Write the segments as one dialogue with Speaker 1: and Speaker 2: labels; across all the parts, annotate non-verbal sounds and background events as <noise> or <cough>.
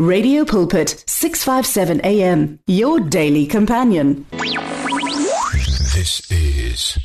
Speaker 1: Radio Pulpit, 657 AM, your daily companion.
Speaker 2: This is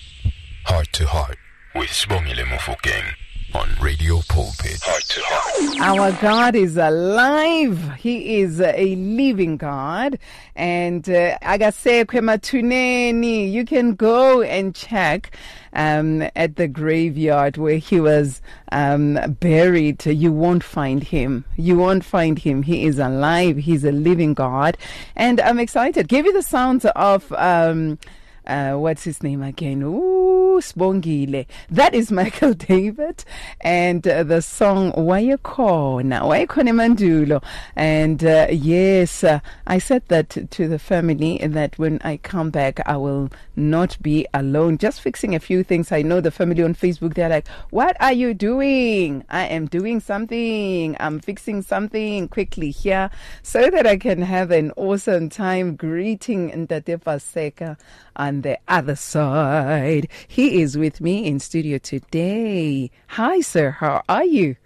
Speaker 2: Heart to Heart with Sibongile Mofokeng on Radio Pulpit. Heart to Heart.
Speaker 3: Our God is alive. He is a living God. And uh, agasekho emathuneni. you can go and check um, at the graveyard where he was um, buried. You won't find him. You won't find him. He is alive. He's a living God. And I'm excited. Give you the sounds of. Um, uh, what's his name again? Ooh, Spongile. That is <laughs> Michael David and uh, the song Wayakona, Wayakona Mandulo. And uh, yes, uh, I said that to the family that when I come back, I will not be alone. Just fixing a few things. I know the family on Facebook, they're like, What are you doing? I am doing something. I'm fixing something quickly here so that I can have an awesome time greeting Ndate Paseka on the other side. He is with me in studio today. Hi, sir. How are you?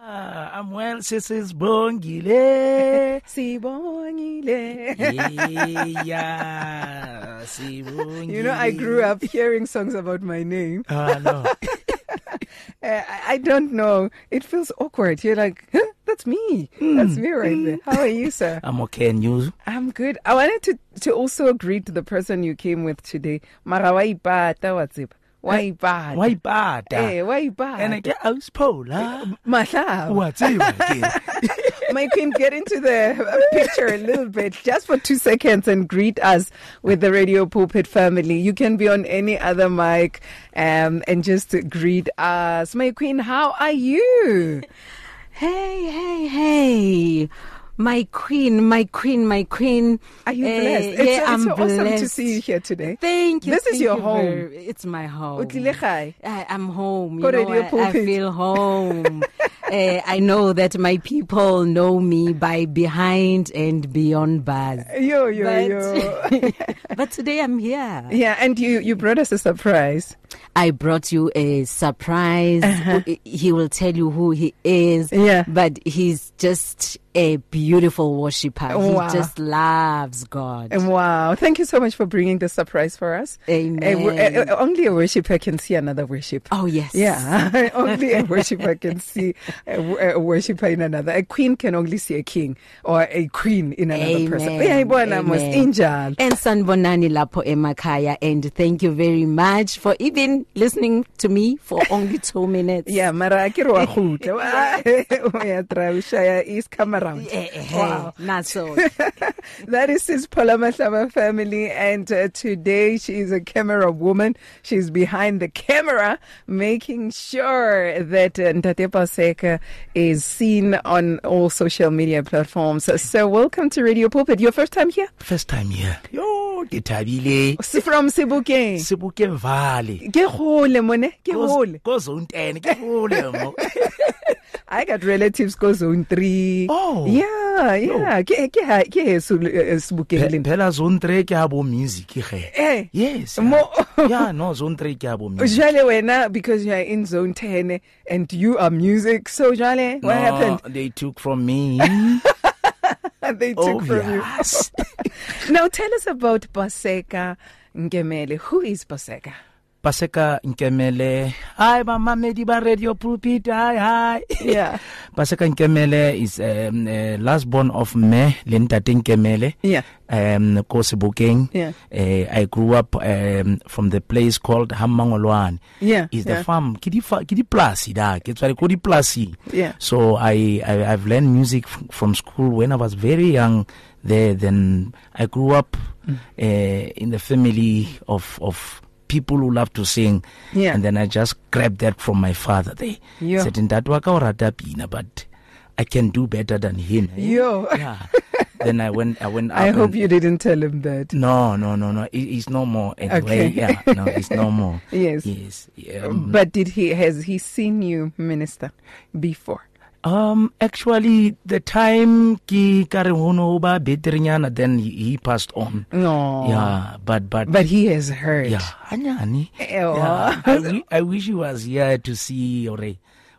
Speaker 4: Ah, I'm well, Mrs. Bongile.
Speaker 3: Sibongile. <laughs>
Speaker 4: yeah, Sibongile.
Speaker 3: You know, I grew up hearing songs about my name.
Speaker 4: Ah, no.
Speaker 3: Uh, I, I don't know. It feels awkward. You're like, huh? that's me. That's me right there. How are you, sir?
Speaker 4: I'm okay, and you?
Speaker 3: I'm good. I wanted to, to also greet the person you came with today. Mara waipata watsipa. Waipata.
Speaker 4: Why bad?
Speaker 3: Eh,
Speaker 4: Eh, And I
Speaker 3: waipata.
Speaker 4: get out Paula. <laughs>
Speaker 3: Mahlaba.
Speaker 4: What's it? again?
Speaker 3: My queen, get into the uh, picture a little bit, just for two seconds, and greet us with the Radio Pulpit family. You can be on any other mic um, and just greet us. My queen, how are you?
Speaker 5: Hey, hey, hey. My queen, my queen, my queen.
Speaker 3: Are you
Speaker 5: Eh,
Speaker 3: blessed? It's,
Speaker 5: yeah,
Speaker 3: so- it's
Speaker 5: I'm
Speaker 3: so awesome to
Speaker 5: blessed.
Speaker 3: see you here today.
Speaker 5: Thank you.
Speaker 3: This is
Speaker 5: thank
Speaker 3: your
Speaker 5: you
Speaker 3: home.
Speaker 5: very- it's my
Speaker 3: O
Speaker 5: home.
Speaker 3: tlile gae?
Speaker 5: I, I'm home.
Speaker 3: Ko
Speaker 5: You know,
Speaker 3: radio
Speaker 5: I, I
Speaker 3: pulpit.
Speaker 5: feel home. Eh, I know that my people know me by behind and beyond bars.
Speaker 3: Yo, yo,
Speaker 5: but,
Speaker 3: yo. <laughs>
Speaker 5: but <laughs> today I'm here.
Speaker 3: yeah, and you you brought us a surprise.
Speaker 5: I brought you a surprise. He will tell you who he is.
Speaker 3: Uh-huh. Yeah.
Speaker 5: But he's just a beautiful worshiper.
Speaker 3: Wow.
Speaker 5: He just loves God.
Speaker 3: And wow, thank you so much for bringing this surprise for us.
Speaker 5: Amen.
Speaker 3: Eh, wo- eh, eh, only a worshiper can see another worship.
Speaker 5: oh, yes.
Speaker 3: Yeah, <laughs> only a worshiper can see a, wo- a worshiper in another. A queen can only see a king or a queen in another
Speaker 5: Amen.
Speaker 3: person. Uyayibona mos
Speaker 5: Amen.
Speaker 3: injalo.
Speaker 5: And sanibonani lapho emakaya and thank you very much for even listening to me for only 2 minutes.
Speaker 3: Yeah, mara ke re wa
Speaker 5: <laughs>
Speaker 3: khutla. Wa- <laughs> ya try ushaya is come around.
Speaker 5: Eh, eh, eh,
Speaker 3: Wow.
Speaker 5: naso.
Speaker 3: that is Sis Palamahlama family, and uh, today she is a camera woman. She's behind the camera, making sure that uh, Ntate Paseka is seen on all social media platforms. So, welcome to Radio Pulpit. Your first time here?
Speaker 4: First time here. Yo, ngithabile.
Speaker 3: S- From Sibukeng.
Speaker 4: Sibuke Valley.
Speaker 3: Ke hole, mone, ke hole.
Speaker 4: Go zone 10.
Speaker 3: <laughs>
Speaker 4: Ke hole, mo.
Speaker 3: I got relatives go zone three.
Speaker 4: Oh.
Speaker 3: yeah, yeah. Ke ke ha- ke heso, uh, Sebokeng
Speaker 4: Pe-
Speaker 3: lena.
Speaker 4: Phela zone 3 ke abo music ge.
Speaker 3: Eh.
Speaker 4: Yes.
Speaker 3: Mo-
Speaker 4: Yeah, no, zone 3 ke abo music.
Speaker 3: Jale wena because you are in zone 10 and you are music. So Jale, what
Speaker 4: No,
Speaker 3: happened?
Speaker 4: They took
Speaker 3: <laughs>
Speaker 4: from me.
Speaker 3: And they
Speaker 4: Oh,
Speaker 3: took from you.
Speaker 4: Obvious.
Speaker 3: Now tell us about Baseka Ngemele. Who is Baseka?
Speaker 4: Paseka Nkemele. Hi, mamamedi ba radio pulpit. Hi, hi.
Speaker 3: Yeah.
Speaker 4: <laughs> Paseka Nkemele is um, uh, last born of me, Lentate Nkemele.
Speaker 3: Yeah.
Speaker 4: Um, Kosibukeng.
Speaker 3: Yeah.
Speaker 4: Uh, I grew up um, from the place called Hamangolwan.
Speaker 3: Yeah,
Speaker 4: Is
Speaker 3: yeah.
Speaker 4: the farm Kidi fa- Kidi Plasi da. It's very Kidi Plasi.
Speaker 3: Yeah.
Speaker 4: So I, I I've learned music f- from school when I was very young. There, then I grew up
Speaker 3: Mm.
Speaker 4: uh, in the family of of people who love to sing.
Speaker 3: Yeah.
Speaker 4: And then I just grabbed that from my father. They
Speaker 3: Yeah.
Speaker 4: said, "In that waka orata pina," but I can do better than him.
Speaker 3: Yo.
Speaker 4: Yeah. then I went. I went.
Speaker 3: <laughs>
Speaker 4: Up
Speaker 3: I hope
Speaker 4: and-
Speaker 3: you didn't tell him that.
Speaker 4: No, no, no, no. It, it's no more
Speaker 3: Okay.
Speaker 4: anyway. Yeah. No, it's no more.
Speaker 3: <laughs> Yes.
Speaker 4: Yes. Yeah, um,
Speaker 3: But did he has he seen you minister before?
Speaker 4: Um, actually, the time ki karihono ba beterinyana, then he, he passed on.
Speaker 3: No.
Speaker 4: Yeah, but but,
Speaker 3: But he has heard.
Speaker 4: yeah, anyani.
Speaker 3: Ew.
Speaker 4: Yeah, I, wi- I wish he was here to see or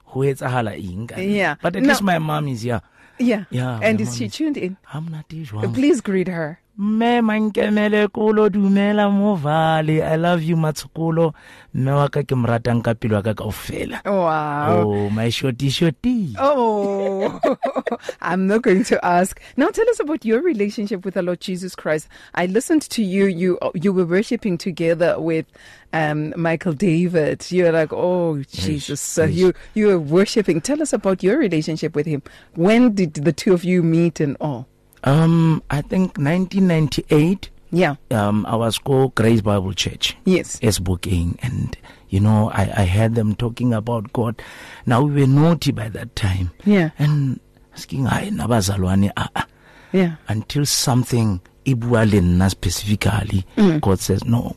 Speaker 4: who is ing.
Speaker 3: Yeah.
Speaker 4: but at
Speaker 3: No.
Speaker 4: least my mom is here.
Speaker 3: Yeah.
Speaker 4: Yeah,
Speaker 3: And
Speaker 4: my
Speaker 3: is
Speaker 4: mom
Speaker 3: she
Speaker 4: is- Oh.
Speaker 3: tuned in?
Speaker 4: I'm not usual.
Speaker 3: Please greet her.
Speaker 4: mme mankemele kolo dumela movale i love you matshokolo mme wa ka ke mo ratang ka pelo ya ka kaofela
Speaker 3: Wow.
Speaker 4: oh my shorty shorty
Speaker 3: Oh, <laughs> I'm not going to ask. Now tell us about your relationship with the Lord Jesus Christ. I listened to you. You you were worshiping together with um, Michael David. You're like, oh Jesus, so
Speaker 4: yes.
Speaker 3: you you were worshiping. Tell us about your relationship with him. When did the two of you meet and all?
Speaker 4: um i think 1998
Speaker 3: Yeah.
Speaker 4: um i was called grace bible church
Speaker 3: Yes.
Speaker 4: booking and you know I, I heard them talking about god now we were naughty by that time
Speaker 3: Yeah.
Speaker 4: and asking hayi nabazalwane ah, ah.
Speaker 3: Yeah.
Speaker 4: until something ibua le nna specifically god says no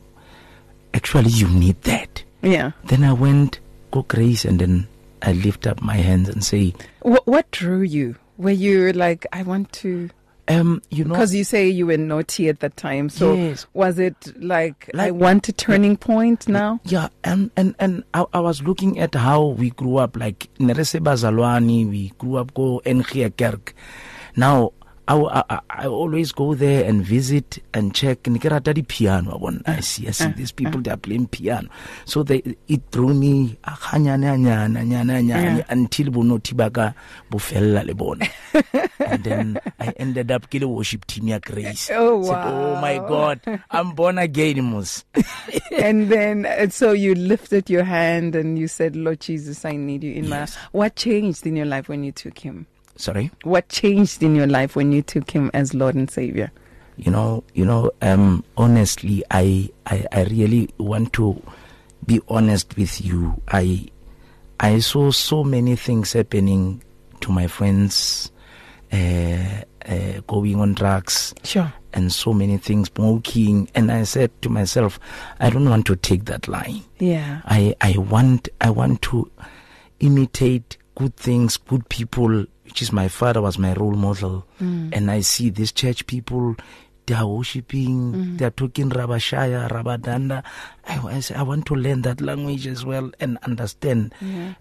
Speaker 4: actually you need that
Speaker 3: Yeah.
Speaker 4: then i went go grace and then i lift up my hands and say
Speaker 3: What what drew you? Were you like, I want to?
Speaker 4: um you know
Speaker 3: Because you say you were naughty at that time. So
Speaker 4: Yes.
Speaker 3: was it like, I
Speaker 4: Like-
Speaker 3: want a turning point <laughs> now?
Speaker 4: yeah and and and I, I was looking at how we grew up like nerese bazalwani we grew up go engia kerk now I, w- I- I- I always go there and visit and check and kerata di piano one i see i see
Speaker 3: Uh,
Speaker 4: these people they are playing piano so they it drew me ah, hanyane hanyane hanyane
Speaker 3: Uh.
Speaker 4: hanyane until bonothi ba ka bo fella le
Speaker 3: <laughs>
Speaker 4: bona and then i ended up ke le worship team ya grace
Speaker 3: Oh,
Speaker 4: Said, oh my
Speaker 3: wow."
Speaker 4: god i'm born again mos
Speaker 3: and then, uh, so you lifted your hand and you said, Lord Jesus, I need you in my. What changed in your life when you took him?
Speaker 4: sorry
Speaker 3: What changed in your life when you took him as Lord and Savior?
Speaker 4: you know you know um honestly I, I i really want to be honest with you i i saw so many things happening to my friends uh, uh going on drugs
Speaker 3: Sure.
Speaker 4: and so many things smoking and i said to myself i don't want to take that line
Speaker 3: Yeah.
Speaker 4: I I want I want to imitate good things, good people, which is my father was my role model,
Speaker 3: Mm.
Speaker 4: and I see these church people. They are worshiping.
Speaker 3: Mm-hmm.
Speaker 4: They are talking Rabashaya, Rabadanda. I, I say I want to learn that language as well and understand.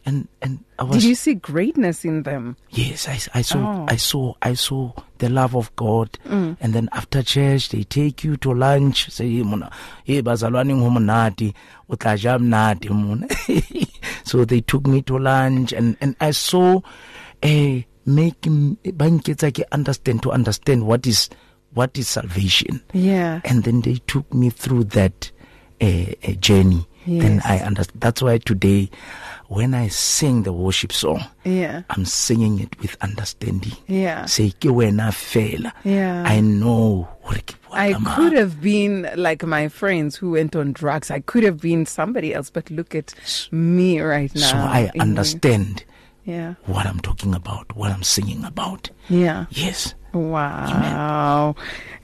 Speaker 4: And and I was
Speaker 3: Did you see greatness in them?
Speaker 4: Yes, I, I saw,
Speaker 3: Oh. Mm.
Speaker 4: I saw, I saw the love of God. And then after church, they take you to lunch. Say, "Hey, mona, hey, bazalwane ngumunati, utlaja mnati, mona." <laughs> So they took me to lunch, and and I saw, eh, make banketsa ke understand to understand what is what is salvation.
Speaker 3: Yeah.
Speaker 4: And then they took me through that uh, uh, journey. Then
Speaker 3: Yes.
Speaker 4: I understand. That's why today, when I sing the worship song.
Speaker 3: Yeah.
Speaker 4: I'm singing it with understanding.
Speaker 3: Yeah.
Speaker 4: Say ke wena fela.
Speaker 3: Yeah.
Speaker 4: I know hore ke bua
Speaker 3: I
Speaker 4: ka mang.
Speaker 3: could have been like my friends who went on drugs. I could have been somebody else, but look at me right now.
Speaker 4: So I
Speaker 3: in-
Speaker 4: understand
Speaker 3: Yeah.
Speaker 4: what I'm talking about, what I'm singing about.
Speaker 3: Yeah.
Speaker 4: Yes.
Speaker 3: Wow.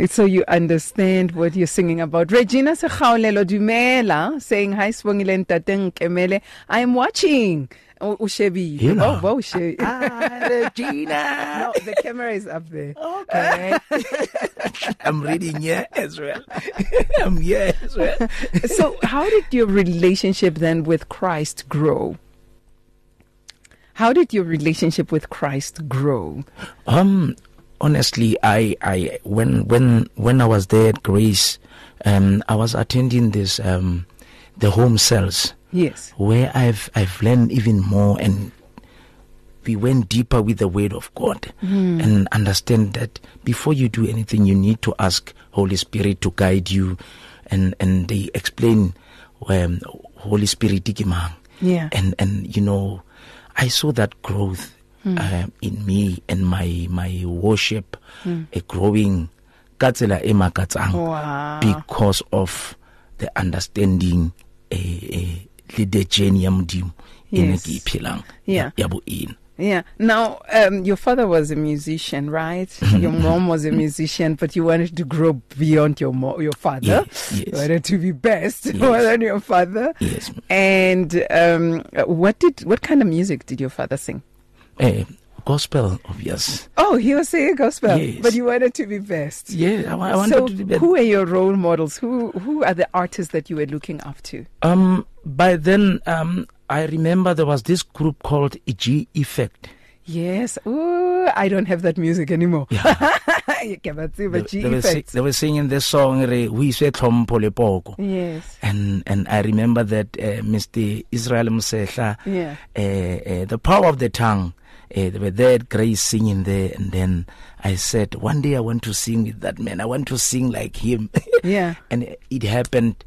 Speaker 3: So you understand what you're singing about. Regina Sekhaulelo Dumela saying, Hi, Swangile Ntate Nkemele. I'm watching. Oh, Ushebi.
Speaker 4: Hela.
Speaker 3: Oh, wow, Ushebi.
Speaker 4: Ah, Regina.
Speaker 3: <laughs> No, the camera is up there.
Speaker 4: Okay. <laughs> I'm reading here as well. <laughs> I'm here as <laughs> well.
Speaker 3: <laughs> so how did your relationship then with Christ grow? How did your relationship with Christ grow?
Speaker 4: Um, honestly, I, I, when, when, when I was there at Grace, um, I was attending this, um, the home cells.
Speaker 3: Yes.
Speaker 4: where I've I've learned even more and we went deeper with the word of God and understand that before you do anything you need to ask Holy Spirit to guide you and and they explain um, Holy Spirit ke mang.
Speaker 3: Yeah.
Speaker 4: and and you know I saw that growth
Speaker 3: Hmm.
Speaker 4: um, in me and my my worship
Speaker 3: Hmm.
Speaker 4: a growing ka tsela e makatsang
Speaker 3: Wow.
Speaker 4: because of the understanding eh, eh, le the journey ya modimo e ne
Speaker 3: Yes.
Speaker 4: ke iphelang
Speaker 3: Yeah.
Speaker 4: ya boena
Speaker 3: Yeah. Now, um, your father was a musician,
Speaker 4: <laughs>
Speaker 3: right? Your mom was a musician, but you wanted to grow beyond your mo- your father.
Speaker 4: Yes, yes.
Speaker 3: You wanted to be best <laughs>
Speaker 4: Yes.
Speaker 3: more than your father.
Speaker 4: yes
Speaker 3: And um, what did what kind of music did your father sing?
Speaker 4: eh, gospel obvious
Speaker 3: Oh, he was singing gospel,
Speaker 4: Yes.
Speaker 3: but you wanted to be best.
Speaker 4: yeah i, wa- I wanted
Speaker 3: so
Speaker 4: to do that.
Speaker 3: who were your role models? Who who are the artists that you were looking up to?
Speaker 4: um by then um i remember there was this group called g effect
Speaker 3: Yes. Ooh, I don't have that music anymore. <laughs> You cannot see,
Speaker 4: They,
Speaker 3: but G
Speaker 4: they, were, si-
Speaker 3: effects.
Speaker 4: they were singing this song, re, We Swe Tlhompho le Poko.
Speaker 3: Mm. Yes.
Speaker 4: And and I remember that uh, Mr. Israel Musehla,
Speaker 3: Yeah.
Speaker 4: uh, uh, the power of the tongue. Uh, they were there, Grace singing there, and then I said, one day I want to sing with that man. I want to sing like him.
Speaker 3: Yeah.
Speaker 4: <laughs> and it happened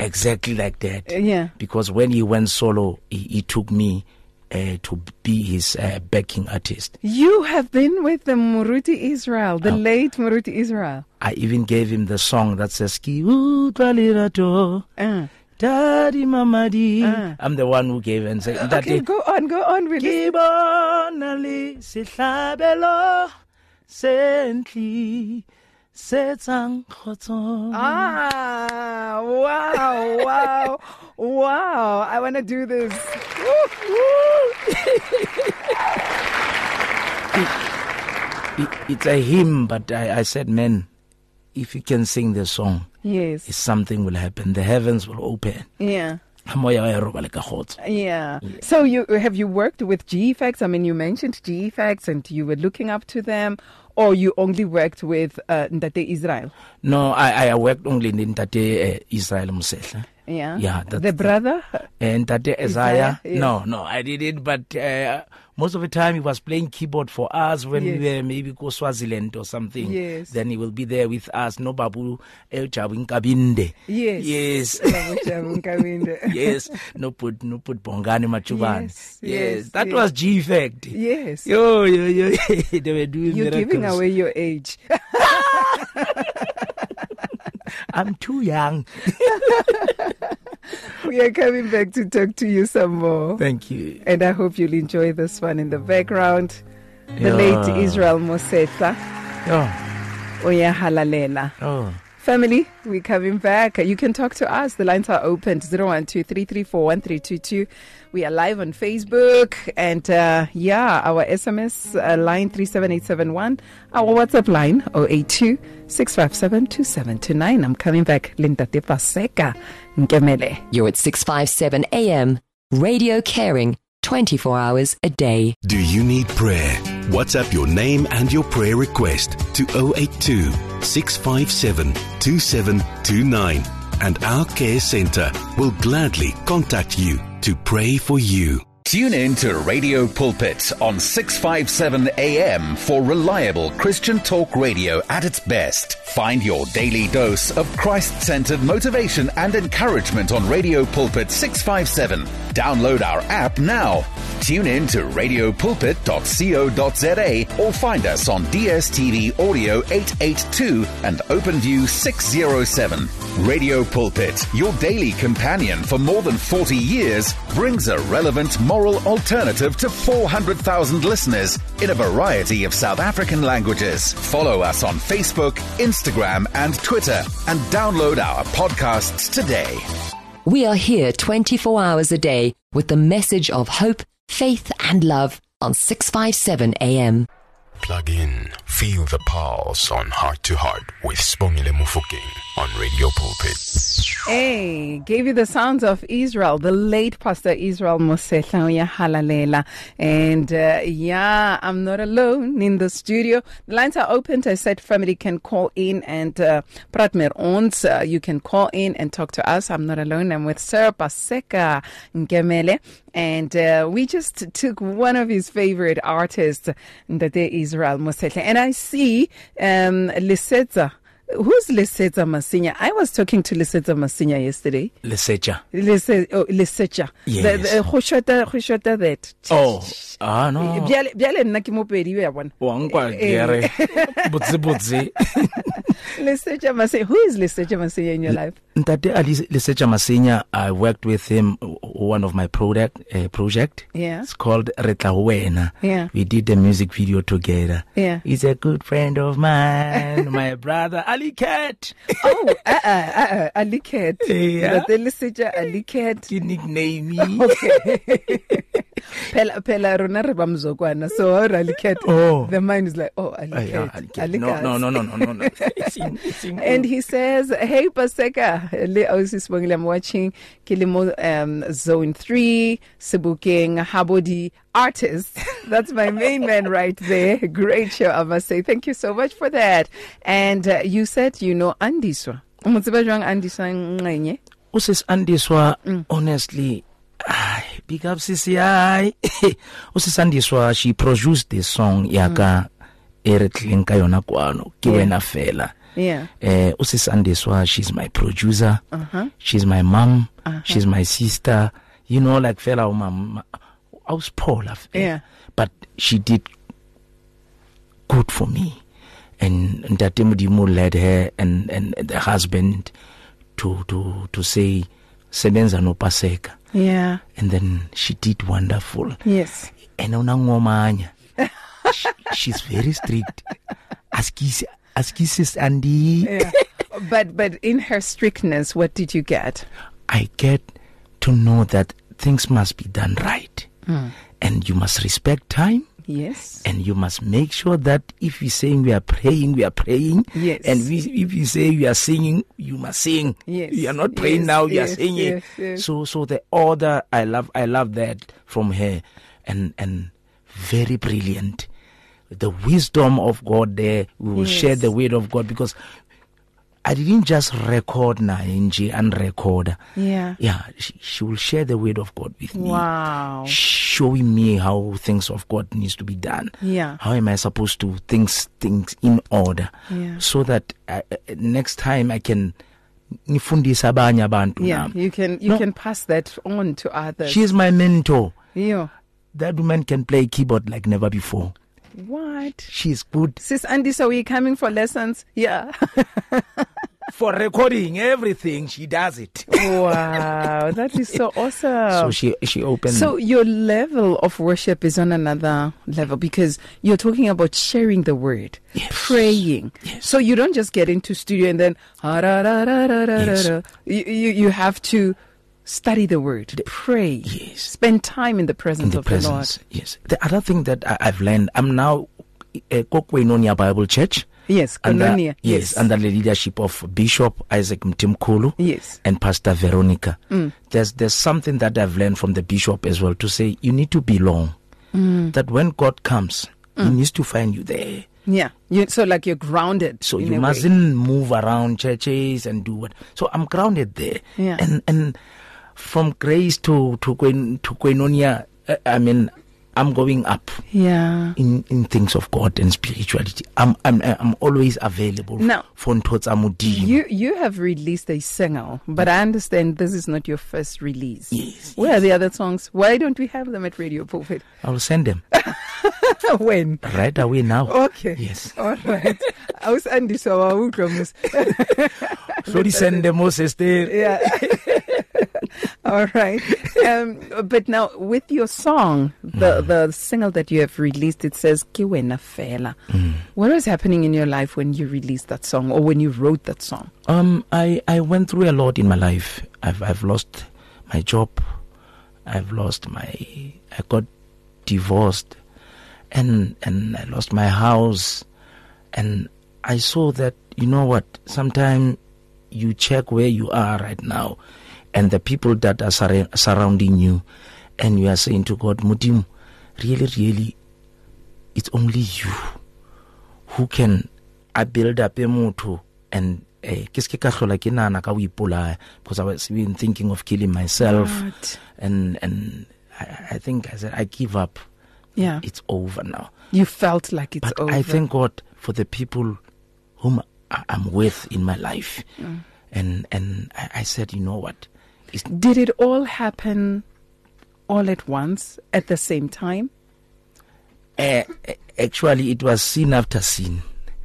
Speaker 4: exactly like that.
Speaker 3: Uh, yeah.
Speaker 4: Because when he went solo, he, he took me uh, to be his uh, backing artist.
Speaker 3: You have been with the Muruti Israel,
Speaker 4: Oh.
Speaker 3: the late Muruti Israel.
Speaker 4: I even gave him the song that says, Ki utlwa lerato,
Speaker 3: Uh.
Speaker 4: Daddy Mama Di.
Speaker 3: Ah.
Speaker 4: I'm the one who gave and said, that
Speaker 3: Okay,
Speaker 4: day,
Speaker 3: Uh. go on, go on with it.
Speaker 4: Ke bona le setlhabelo se ntle se tsang kgotsong.
Speaker 3: Ah, wow, wow, <laughs> wow. I want to do
Speaker 4: <laughs>
Speaker 3: this. Woo, woo.
Speaker 4: It- it's a hymn, but I, I said, man, if you can sing the song,
Speaker 3: Yes.
Speaker 4: something will happen. The heavens will open.
Speaker 3: Yeah.
Speaker 4: Moya wa e robala ka kgotso.
Speaker 3: Yeah. So you have you worked with GFX? I mean, you mentioned GFX and you were looking up to them, or you only worked with uh, Ndate Israel?
Speaker 4: No, I, I worked only in Ntate uh, Israel Musehla.
Speaker 3: Yeah.
Speaker 4: Yeah, that's
Speaker 3: the
Speaker 4: the- <laughs>
Speaker 3: brother.
Speaker 4: And Ntate Isaiah,
Speaker 3: Isaiah, yes.
Speaker 4: no, no, I did it, but uh, most of the time he was playing keyboard for us when we
Speaker 3: Yes.
Speaker 4: were maybe go Swaziland or something.
Speaker 3: Yes.
Speaker 4: Then he will be there with us. No babu, El Jabin Kabinde.
Speaker 3: Yes.
Speaker 4: Yes.
Speaker 3: <laughs>
Speaker 4: <laughs> yes. No put, no put Bongani Machuban.
Speaker 3: Yes, yes,
Speaker 4: That
Speaker 3: yes.
Speaker 4: was G Effect.
Speaker 3: Yes.
Speaker 4: Yo, yo, yo. <laughs> they were doing
Speaker 3: You're giving
Speaker 4: miracles.
Speaker 3: away your age.
Speaker 4: I'm too young.
Speaker 3: we are coming back to talk to you some more.
Speaker 4: Thank you.
Speaker 3: And I hope you'll enjoy this one in the background. The
Speaker 4: Yeah.
Speaker 3: late Israel Moseta.
Speaker 4: Oh,
Speaker 3: Oya halalela.
Speaker 4: oh.
Speaker 3: Family, we're coming back. You can talk to us. The lines are opened 012 We are live on Facebook. And uh, yeah, our SMS uh, line 37871, our WhatsApp line 082 657 2729. I'm coming back. Linda Tepaseka Nkemele.
Speaker 6: You're at 657 AM, radio caring 24 hours a day.
Speaker 7: Do you need prayer? WhatsApp your name and your prayer request to 082 657 2729 and our care center will gladly contact you to pray for you.
Speaker 8: Tune in to Radio Pulpit on 657 AM for reliable Christian talk radio at its best. Find your daily dose of Christ centered motivation and encouragement on Radio Pulpit 657. Download our app now. Tune in to radiopulpit.co.za or find us on DSTV Audio 882 and OpenView 607. Radio Pulpit, your daily companion for more than 40 years, brings a relevant moral alternative to 400,000 listeners in a variety of South African languages. Follow us on Facebook, Instagram, and Twitter, and download our podcasts today.
Speaker 6: We are here 24 hours a day with the message of hope, faith, and love on 657 AM.
Speaker 2: Plug in, feel the pulse on Heart to Heart with Spongile Mufokeng on Radio Pulpit.
Speaker 3: Hey, gave you the sounds of Israel, the late Pastor Israel Mosehla Oyahalalela. And uh, yeah, I'm not alone in the studio. The lines are open. I said family can call in and uh, praat met ons. Uh, you can call in and talk to us. I'm not alone. I'm with Sir Paseka Ngemele. And uh, we just took one of his favorite artists, Ndate Israel Mosehla. And I see um, Lisetza. Who's Lisetza Masinya? I was talking to Lisetza Masinya yesterday.
Speaker 4: Lesecha.
Speaker 3: Lise, oh, Lisetza.
Speaker 4: Yes.
Speaker 3: The, the, go shota, go shota that.
Speaker 4: Oh, ah, no.
Speaker 3: Bjale bjale nna ke mopedi wa bona.
Speaker 4: Wa nkwa ke
Speaker 3: Eh,
Speaker 4: re, <laughs> botse, botse.
Speaker 3: Lisetsa Masinya. Who is Lisetsa Masinya in your life?
Speaker 4: Ntate Ali Lesecha Masenya, I worked with him o- one of my product uh, project.
Speaker 3: Yeah.
Speaker 4: It's called Retla Wena.
Speaker 3: Yeah.
Speaker 4: We did the music video together.
Speaker 3: Yeah.
Speaker 4: He's a good friend of mine, my <laughs> brother Ali Cat.
Speaker 3: Oh, uh, uh, uh, uh, Alicat.
Speaker 4: Yeah.
Speaker 3: The Lisetsa Alicat.
Speaker 4: He nicknamed me.
Speaker 3: <laughs> Phela phela rona re ba mzokwana. So how Alicat.
Speaker 4: Oh.
Speaker 3: The mind is like, oh,
Speaker 4: Ah, yeah,
Speaker 3: Alicat.
Speaker 4: Ali Cat. No, no, no, no, no, no. no. It's in- it's in-
Speaker 3: And he says, Hey, Paseka, yeah le o sisibongile i'm watching kilimo um zone 3 sibukeng habodi artist <laughs> that's my main man right there great show i must say thank you so much for that and uh, you said you know andiswa umutsiba jwang andiswa nqenye
Speaker 4: usis andiswa honestly ay, big up sisi ay <laughs> usis andiswa she produced this song yaka eretleng ka yona kwano ke wena fela
Speaker 3: yeah
Speaker 4: eh usis andiswa she's my producer she's my mom she's my sister you know like fela uma I was poor love Eh?
Speaker 3: Yeah.
Speaker 4: but she did good for me and Ndate Modimo led her and and the husband to to to say sebenza nopaseka
Speaker 3: yeah
Speaker 4: and then she did wonderful
Speaker 3: yes
Speaker 4: and unangomanya She- she's very strict askisi askisi andi
Speaker 3: yeah <laughs> but but in her strictness what did you get
Speaker 4: I get to know that things must be done right.
Speaker 3: Hmm.
Speaker 4: And you must respect time.
Speaker 3: yes
Speaker 4: And you must make sure that if we're saying we are praying, we are praying.
Speaker 3: Yes.
Speaker 4: And we, if you say we are singing, you must sing.
Speaker 3: Yes,
Speaker 4: You are not praying
Speaker 3: yes,
Speaker 4: now, you
Speaker 3: yes,
Speaker 4: are singing.
Speaker 3: yes, yes.
Speaker 4: So, so the order, I love, I love that from her. And, and very brilliant. The wisdom of God there, we will share the word of God because I didn't just record na NG and record.
Speaker 3: Yeah.
Speaker 4: Yeah. She, she will share the word of God with me.
Speaker 3: wow
Speaker 4: Showing me how things of God needs to be done.
Speaker 3: Yeah.
Speaker 4: How am I supposed to things things in order?
Speaker 3: Yeah.
Speaker 4: So that I, uh, next time I can ngifundise abanye abantu
Speaker 3: yeah
Speaker 4: nami.
Speaker 3: you can you
Speaker 4: No.
Speaker 3: can pass that on to others
Speaker 4: She is my mentor.
Speaker 3: yeah
Speaker 4: That woman can play keyboard like never before.
Speaker 3: what
Speaker 4: She is good
Speaker 3: sis andy so you coming for lessons yeah <laughs>
Speaker 4: for recording everything. She does it.
Speaker 3: wow that is so
Speaker 4: So
Speaker 3: awesome
Speaker 4: she she opened
Speaker 3: so your level of worship is on another level because you're talking about sharing the word praying so you don't just get into studio and then ah, ra, ra, ra, ra, ra,
Speaker 4: Yes.
Speaker 3: ra. You, you you have to study the word pray
Speaker 4: Yes.
Speaker 3: spend time in the presence
Speaker 4: in the
Speaker 3: of
Speaker 4: presence. yes. The other thing that I, I've learned, I'm now a Kokwenonia Bible
Speaker 3: the
Speaker 4: Church.
Speaker 3: lord yes
Speaker 4: Under,
Speaker 3: koinonia.
Speaker 4: yes, under the leadership of Bishop Isaac Mtimkulu
Speaker 3: Yes.
Speaker 4: and Pastor Veronica.
Speaker 3: Mm.
Speaker 4: There's there's something that I've learned from the bishop as well to say you need to belong.
Speaker 3: Mm.
Speaker 4: That when God comes, He needs to find you there.
Speaker 3: Yeah. You, so like you're grounded.
Speaker 4: So
Speaker 3: in a
Speaker 4: you
Speaker 3: way.
Speaker 4: mustn't move around churches and do what. So I'm grounded there.
Speaker 3: Yeah.
Speaker 4: And and from grace to to Koin- to Koinonia, uh, I mean, I'm going up
Speaker 3: Yeah.
Speaker 4: in, in things of God and spirituality. I'm I'm I'm always available
Speaker 3: Now-
Speaker 4: for Ntotsa Modimo.
Speaker 3: You you have released a single, but I understand this is not your first release.
Speaker 4: Yes,
Speaker 3: Where are the other songs? Why don't we have them at Radio
Speaker 4: <laughs>
Speaker 3: Pulpit?
Speaker 4: I'll send them
Speaker 3: when?
Speaker 4: right away now.
Speaker 3: Okay.
Speaker 4: Oh, Yes.
Speaker 3: All right. I was Andy so I will promise.
Speaker 4: Sorry, send them oh, Moses there.
Speaker 3: Yeah. <laughs> All right. Um, but now with your song, the
Speaker 4: Mm.
Speaker 3: the single that you have released, it says Kiwena Fela.
Speaker 4: Mm.
Speaker 3: What was happening in your life when you released that song or when you wrote that song?
Speaker 4: Um, I I went through a lot in my life. I've I've lost my job. I've lost my. I got divorced, and and I lost my house, and I saw that you know what. Sometimes you check where you are right now, and the people that are surra- surrounding you, and you are saying to God, Mudim, really, really, it's only you who can a build up a motho and eh, ke se ke ka hlola ke nana ka ho ipolaya because i was even thinking of killing myself
Speaker 3: What?
Speaker 4: and and I, I think i said i give up
Speaker 3: Yeah.
Speaker 4: it's over now
Speaker 3: You felt like it's
Speaker 4: but
Speaker 3: over.
Speaker 4: i thank god for the people whom I, i'm with in my life
Speaker 3: Mm.
Speaker 4: and and I, I said you know what it's
Speaker 3: Did it all happen all at once at the same time?
Speaker 4: eh, eh, actually it was sin after sin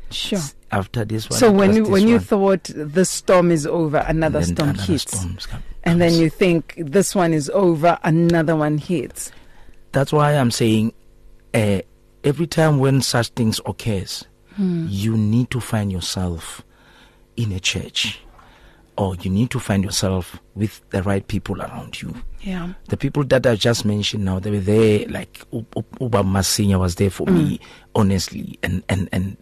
Speaker 3: Sure.
Speaker 4: after this one
Speaker 3: so
Speaker 4: it
Speaker 3: when
Speaker 4: was
Speaker 3: you
Speaker 4: this
Speaker 3: when you
Speaker 4: one,
Speaker 3: thought the storm is over,
Speaker 4: and
Speaker 3: another
Speaker 4: then
Speaker 3: storm
Speaker 4: another
Speaker 3: hits.
Speaker 4: storms come-
Speaker 3: And
Speaker 4: comes.
Speaker 3: then you think this one is over, another one hits.
Speaker 4: that's why I'm saying uh, every time when such things occurs, you need to find yourself in a church or you need to find yourself with the right people around you.
Speaker 3: Yeah.
Speaker 4: The people that I just mentioned now, they were there, like U- U- Uba Masinya was there for me, honestly. And, and, and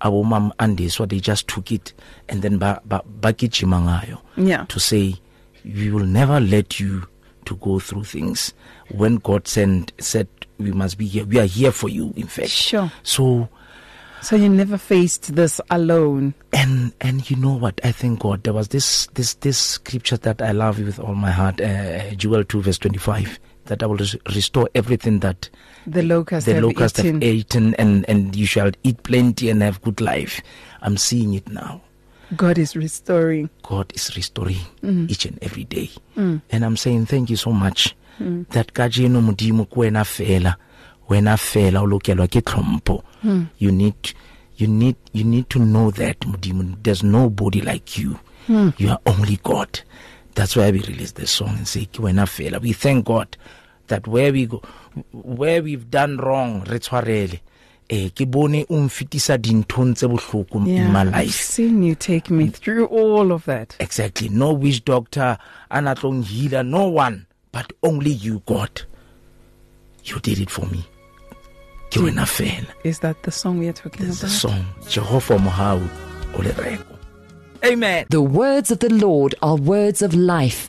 Speaker 4: our mom and this, what they just took it and then ba ba bakichimangayo
Speaker 3: Yeah.
Speaker 4: to say we will never let you to go through things when God sent said we must be here. We are here for you, in fact.
Speaker 3: Sure.
Speaker 4: So
Speaker 3: So you never faced this alone.
Speaker 4: and and you know what i thank god there was this this this scripture that i love with all my heart uh, joel 2 verse 25 that i will res- restore everything that
Speaker 3: The locusts
Speaker 4: the
Speaker 3: have
Speaker 4: locusts
Speaker 3: eaten.
Speaker 4: have eaten and and you shall eat plenty and have good life i'm seeing it now e-
Speaker 3: God is restoring.
Speaker 4: god is restoring each and every day and i'm saying thank you so much that kajeno modimo ko wena fela wena fela o lokelwa ke tlhompho you need you need you need to know that modimo there's nobody like you you are only god that's why we released the song and say ke wena fela we thank god that where we go where we've done wrong re tshwarele eh ke bone o mfitisa dinthong tse bohloko in my
Speaker 3: I've
Speaker 4: life
Speaker 3: seen you take me through all of that.
Speaker 4: Exactly. No witch doctor, anatlong healer, no one, but only you, God. You did it for me. Ke wena fela.
Speaker 3: Is that the song we are talking
Speaker 4: There's a
Speaker 3: about?
Speaker 4: song. Jehovah Mohau Olereko. Amen.
Speaker 6: The words of the Lord are words of life.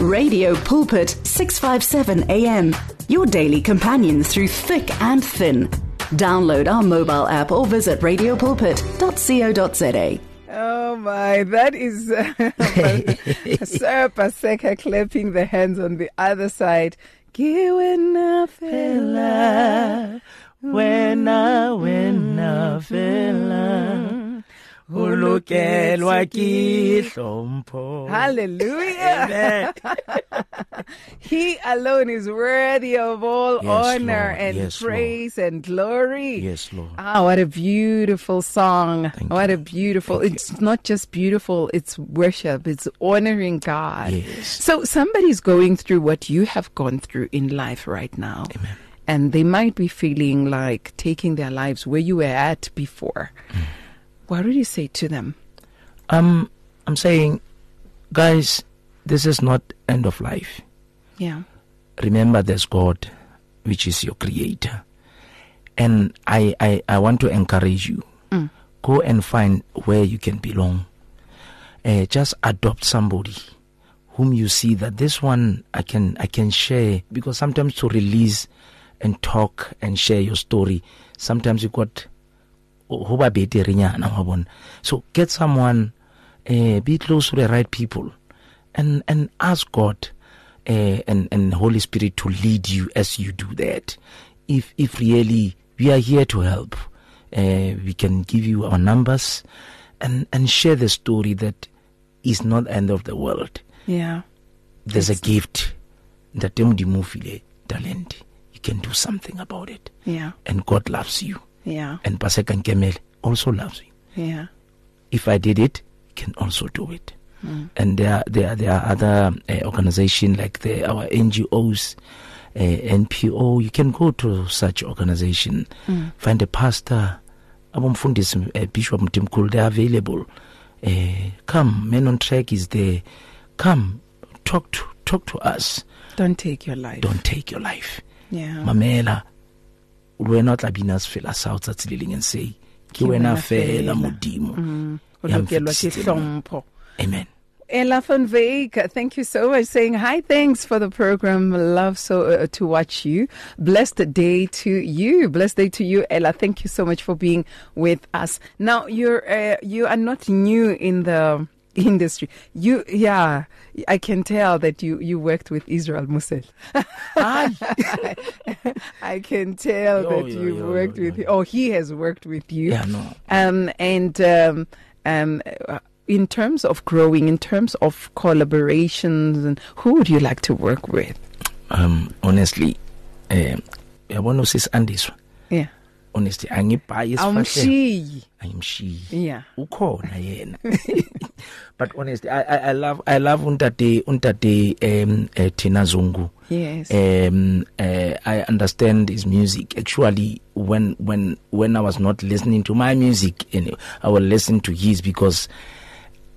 Speaker 1: Radio Pulpit 657 AM, your daily companion through thick and thin. Download our mobile app or visit radiopulpit.co.za.
Speaker 3: Oh my, that is <laughs>
Speaker 4: <laughs>
Speaker 3: uh, Sir Paseka clapping the hands on the other side. Given fella,
Speaker 4: When I wena
Speaker 3: Mm.
Speaker 4: fela. O lokelwa ke hlompho.
Speaker 3: Hallelujah.
Speaker 4: Amen.
Speaker 3: He alone is worthy of all
Speaker 4: Yes,
Speaker 3: honor
Speaker 4: Lord.
Speaker 3: and
Speaker 4: Yes,
Speaker 3: praise and glory.
Speaker 4: Yes, Lord.
Speaker 3: Ah, what a beautiful song.
Speaker 4: Thank
Speaker 3: what
Speaker 4: you.
Speaker 3: a beautiful.
Speaker 4: Thank you.
Speaker 3: it's not just beautiful, it's worship, it's honoring God.
Speaker 4: Yes.
Speaker 3: So somebody's going through what you have gone through in life right now. Amen. And they might be feeling like taking their lives where you were at before. What would you say to them?
Speaker 4: Um I'm saying guys, this is not end of life.
Speaker 3: Yeah.
Speaker 4: remember there's God, which is your creator. And I, I, I want to encourage you go and find where you can belong. Eh, just adopt somebody whom you see that this one I can I can share because sometimes to release and talk and share your story sometimes you got ho ba beterenyana wa bona so get someone uh, be close to the right people and and ask god uh, and and holy spirit to lead you as you do that if if really we are here to help uh, we can give you our numbers and and share the story that is not end of the world
Speaker 3: Yeah.
Speaker 4: there's a gift that mufile talent you can do something about it
Speaker 3: Yeah.
Speaker 4: and god loves you
Speaker 3: Yeah.
Speaker 4: and Paseka Nkemele also loves you.
Speaker 3: Yeah.
Speaker 4: If I did it, you can also do it.
Speaker 3: Hmm.
Speaker 4: And there are, there are, there are other uh, organizations like the, our NGOs, uh, NPO. You can go to such organization,
Speaker 3: Hmm.
Speaker 4: find a pastor, abomfundisi uh, Bishop Mtimkul, they're available. Uh, come, Men on Track is there. Come, talk to, talk to us.
Speaker 3: Don't take your life.
Speaker 4: Don't take your life.
Speaker 3: Yeah.
Speaker 4: mamela wena o tla bina sefela sa o tsatsi le leng and say ke wena fela modimo
Speaker 3: Hmm. O
Speaker 4: ya
Speaker 3: lokelwa ke
Speaker 4: mfetisitseng.
Speaker 3: hlompho.
Speaker 4: amen
Speaker 3: Ella van Veek, thank you so much. Saying hi, thanks for the program. Love so uh, to watch you. Blessed day to you. Blessed day to you, Ella. Thank you so much for being with us. Now you're uh, you are not new in the <laughs> industry. You yeah, I can tell that you you worked with Israel Musel. <laughs> I can tell
Speaker 4: Yo,
Speaker 3: that
Speaker 4: yo,
Speaker 3: you've
Speaker 4: yo,
Speaker 3: worked
Speaker 4: yo,
Speaker 3: with
Speaker 4: yo.
Speaker 3: or he has worked with you
Speaker 4: Yeah, no.
Speaker 3: um, and um, um, uh, in terms of growing, in terms of collaborations, and who would you like to work with?
Speaker 4: um honestly um yabona usisi andiswa
Speaker 3: Yeah,
Speaker 4: honesty angibias
Speaker 3: Awumshiyi.
Speaker 4: ayimshiyi
Speaker 3: Um, Yeah.
Speaker 4: ukhona yena <laughs> but honestly I, I, i love i love untate untate um uh, Tina Zungu
Speaker 3: Yes.
Speaker 4: um uh, i understand his music actually when when when i was not listening to my music and i will listen to his because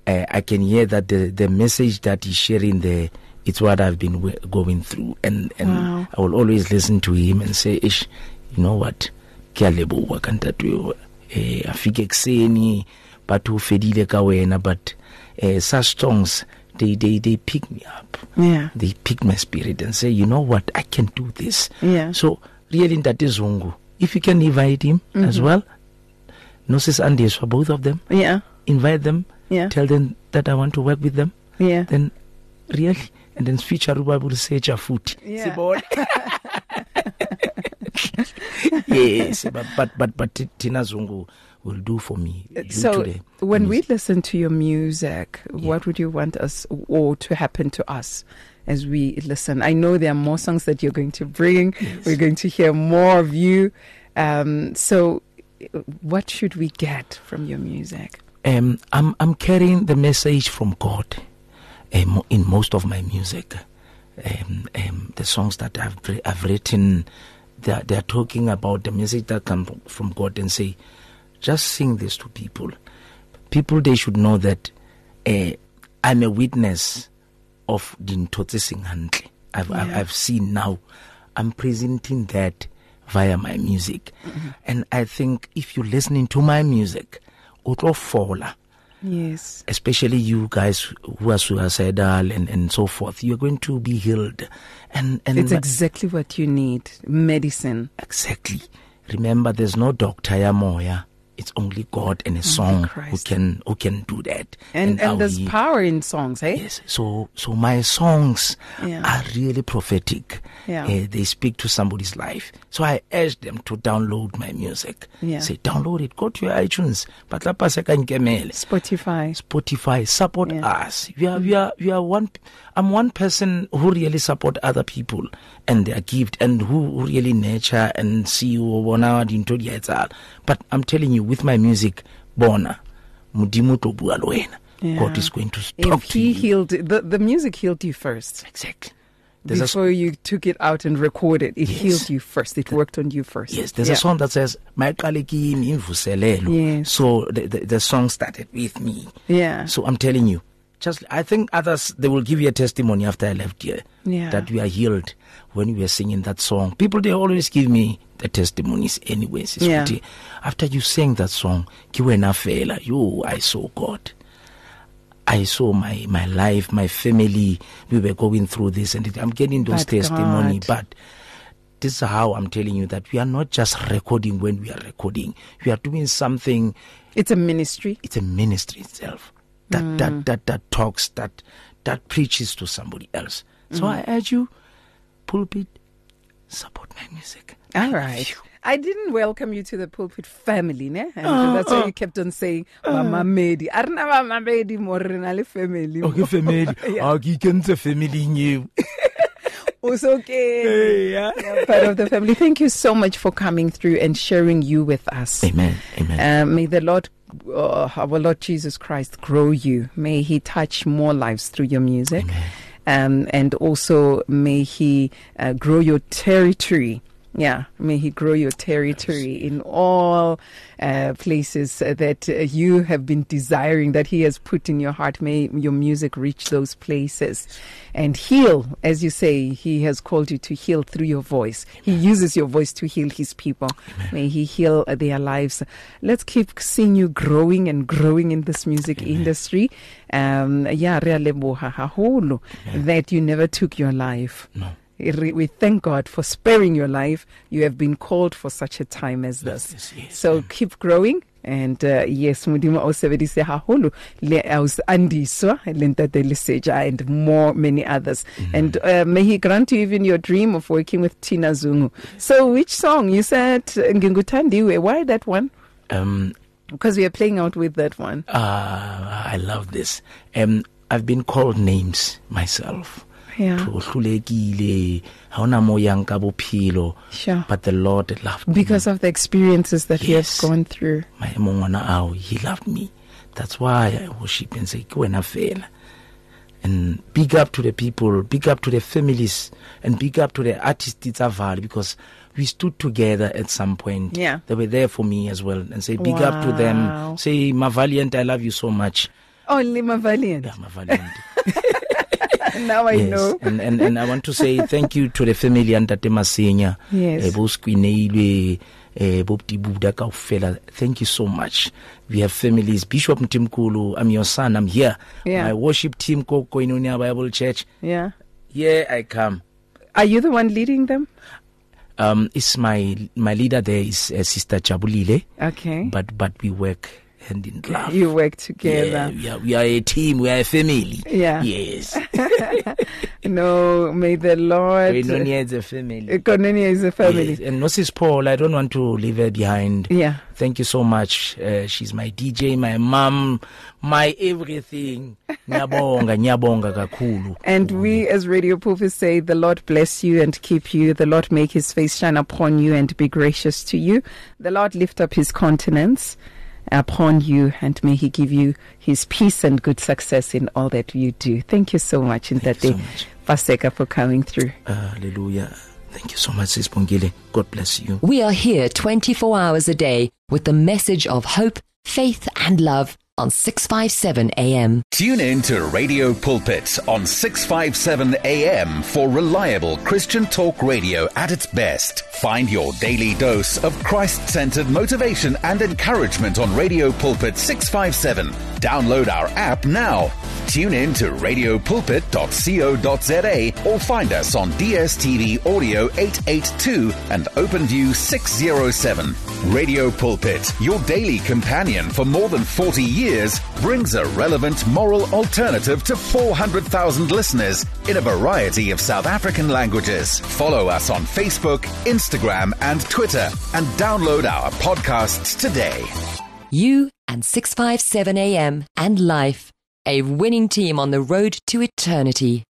Speaker 4: uh, i can hear that the the message that he's sharing there it's what i've been w- going through and and
Speaker 3: Wow.
Speaker 4: i will always listen to him and say ish you know what ke a leboga ka ntate eo. eh a fike kuseni but o fedile ka wena but eh, such songs they they they pick me up
Speaker 3: Yeah.
Speaker 4: they pick my spirit and say, you know what, I can do this.
Speaker 3: Yeah.
Speaker 4: So really that is Zungu. If you can invite him
Speaker 3: Mm-hmm.
Speaker 4: as well, Gnosis and Yeshua, both of them,
Speaker 3: Yeah.
Speaker 4: invite them,
Speaker 3: Yeah.
Speaker 4: tell them that I want to work with them,
Speaker 3: Yeah.
Speaker 4: then really and then future Ruba will say Jafuti.
Speaker 3: Yeah. <laughs>
Speaker 4: Sibone. <laughs> yes, but but but, but Ti- Tina Zungu will do for me. due
Speaker 3: so
Speaker 4: to the-
Speaker 3: when
Speaker 4: the
Speaker 3: we listen to your music what would you want us or to happen to us as we listen i know there are more songs that you're going to bring we're going to hear more of you um, so uh, what should we get from your music
Speaker 4: um, I'm I'm carrying the message from God um, in most of my music. Um, um, the songs that I've wri- I've written, they're, they're talking about the message that comes from God and say, just sing this to people. People they should know that uh, I'm a witness of the Ntotsi Singhantle. I've, I've I've seen now. I'm presenting that via my music,
Speaker 3: Mm-hmm.
Speaker 4: and I think if you're listening to my music, utofola
Speaker 3: yes
Speaker 4: especially you guys who are suicidal and, and so forth you're going to be healed and and
Speaker 3: it's exactly what you need medicine
Speaker 4: exactly remember there's no doctor yamoya it's only god and a song who
Speaker 3: Christ.
Speaker 4: can who can do that
Speaker 3: and and,
Speaker 4: our
Speaker 3: there's
Speaker 4: Ye-
Speaker 3: power in songs hey
Speaker 4: Yes. So, so my songs
Speaker 3: Eh? Yeah.
Speaker 4: are really prophetic.
Speaker 3: Yeah.
Speaker 4: Eh, they speak to somebody's life. So I urge them to download my music.
Speaker 3: Yeah.
Speaker 4: Say, download it. Go to your iTunes. Patlapa Sekangemele.
Speaker 3: spotify
Speaker 4: Spotify support
Speaker 3: Yeah.
Speaker 4: us. We are we are we are one. I'm one person who really support other people and their gift and who really nurture and see one hour into the other. But I'm telling you, with my music, bona, Mudimu to bua le wena.
Speaker 3: Yeah.
Speaker 4: God is going to
Speaker 3: if
Speaker 4: talk to
Speaker 3: he
Speaker 4: you.
Speaker 3: healed the, the music healed you first
Speaker 4: exactly. There's a,
Speaker 3: before you took it out and recorded it
Speaker 4: Yes.
Speaker 3: healed you first it worked on you first
Speaker 4: yes, there's
Speaker 3: Yeah.
Speaker 4: a song that says "Maqale kimi imvuselelo."
Speaker 3: Yes.
Speaker 4: So the, the the song started with me.
Speaker 3: yeah
Speaker 4: So I'm telling you, just I think others they will give you a testimony after I left here
Speaker 3: Yeah.
Speaker 4: that we are healed when we were singing that song. People they always give me the testimonies, anyways.
Speaker 3: Yeah.
Speaker 4: Sweetie. After you sang that song, Kiwena Fela, yo, I saw God. I saw my, my life, my family. We were going through this, and it, I'm getting those
Speaker 3: But
Speaker 4: testimony.
Speaker 3: God.
Speaker 4: But this is how I'm telling you that we are not just recording when we are recording. We are doing something
Speaker 3: It's a ministry.
Speaker 4: it's a ministry itself that
Speaker 3: Mm.
Speaker 4: that that that talks that that preaches to somebody else so
Speaker 3: Mm.
Speaker 4: i urge you pulpit support my music
Speaker 3: All right. I didn't welcome you to the pulpit family, ne? And
Speaker 4: Uh,
Speaker 3: that's why you kept on saying Mama Medi. I don't know Mama Medi more than a family.
Speaker 4: okay <laughs> family
Speaker 3: Yeah.
Speaker 4: okay kentse family new
Speaker 3: It's okay.
Speaker 4: yeah
Speaker 3: Part of the family. Thank you so much for coming through and sharing you with us.
Speaker 4: amen amen
Speaker 3: Um, may the Lord, uh, our Lord Jesus Christ, grow you. May He touch more lives through your music. Um, and also, may He uh, grow your territory. Yeah, may He grow your territory in all uh, places uh, that uh, you have been desiring, that He has put in your heart. May your music reach those places and heal. As you say, He has called you to heal through your voice. He uses your voice to heal His people. May He heal uh, their lives. Let's keep seeing you growing and growing in this music industry. Um, yeah, re a leboha haholo that you never took your life.
Speaker 4: No.
Speaker 3: Re- We thank God for sparing your life. You have been called for such a time as this.
Speaker 4: this, yes,
Speaker 3: so keep growing. And uh, yes, Mudima Osebedise Haholo, Le Aus Andiswa, Lentate Liseja, and more, many others.
Speaker 4: Mm-hmm.
Speaker 3: And uh, may he grant you even your dream of working with Tina Zungu. So, which song? You said uh, Ngingutandiwe. Why that one?
Speaker 4: um
Speaker 3: Because we are playing out with that one.
Speaker 4: uh, i love this um i've been called names myself
Speaker 3: Yeah.
Speaker 4: o hlulekile ha ona moyang ka bophelo
Speaker 3: Sure.
Speaker 4: but the lord loved me
Speaker 3: Oh. Because of the experiences that you have
Speaker 4: Yes.
Speaker 3: gone through.
Speaker 4: maemong ona ao he loved me that's why i worship and say ke wena fela and big up to the people big up to the families and big up to the artists it's avali because we stood together at some point
Speaker 3: Yeah.
Speaker 4: they were there for me as well and say big up to
Speaker 3: Wow.
Speaker 4: them say mavaliant i love you so much
Speaker 3: Only Mavalian.
Speaker 4: yeah mavaliant
Speaker 3: Now I know.
Speaker 4: and, and and I want to say thank you to the family and Tate Masenya.
Speaker 3: Yes.
Speaker 4: Eh, bo Squinelwe, eh, bo Tibuda kaofela. Thank you so much. We have families. Bishop Mtimkulu, I'm your son. I'm here.
Speaker 3: Yeah.
Speaker 4: My worship team, Koko Koinonia Bible Church.
Speaker 3: Yeah.
Speaker 4: Here I come.
Speaker 3: Are you the one leading them?
Speaker 4: Um, it's my my leader there is uh, Sister Chabulile,
Speaker 3: Okay.
Speaker 4: but but we work hand in glove.
Speaker 3: you work
Speaker 4: yeah,
Speaker 3: together.
Speaker 4: we are, we are a team. We are a family.
Speaker 3: Yeah. <laughs>
Speaker 4: Yes.
Speaker 3: No, may the Lord.
Speaker 4: Koinonia is a family.
Speaker 3: Koinonia is a family.
Speaker 4: Yes, And Mrs. Paul, I don't want to leave her behind.
Speaker 3: Yeah.
Speaker 4: Thank you so much. Uh, she's my DJ, my mom, my everything. Nyabonga, nyabonga
Speaker 3: <laughs>
Speaker 4: kakulu.
Speaker 3: And we as Radio Pulpit say, the Lord bless you and keep you. The Lord make his face shine upon you and be gracious to you. The Lord lift up his countenance upon you and may he give you his peace and good success in all that you do. Thank you so much in that
Speaker 4: you
Speaker 3: day,
Speaker 4: so much.
Speaker 3: Paseka, for coming through.
Speaker 4: Hallelujah. Thank you so much, Sis Pongile. God bless you.
Speaker 6: We are here 24 hours a day with the message of hope, faith, and love on 657 AM.
Speaker 8: Tune in to Radio Pulpit on 657 AM for reliable Christian talk radio at its best. Find your daily dose of Christ centered motivation and encouragement on Radio Pulpit 657. Download our app now. Tune in to radiopulpit.co.za or find us on DSTV Audio 882 and OpenView 607. Radio Pulpit, your daily companion for more than 40 years, brings a relevant moral alternative to 400,000 listeners in a variety of South African languages. Follow us on Facebook, Instagram, and Twitter, and download our podcasts today.
Speaker 6: You and 657 AM and life. A winning team on the road to eternity.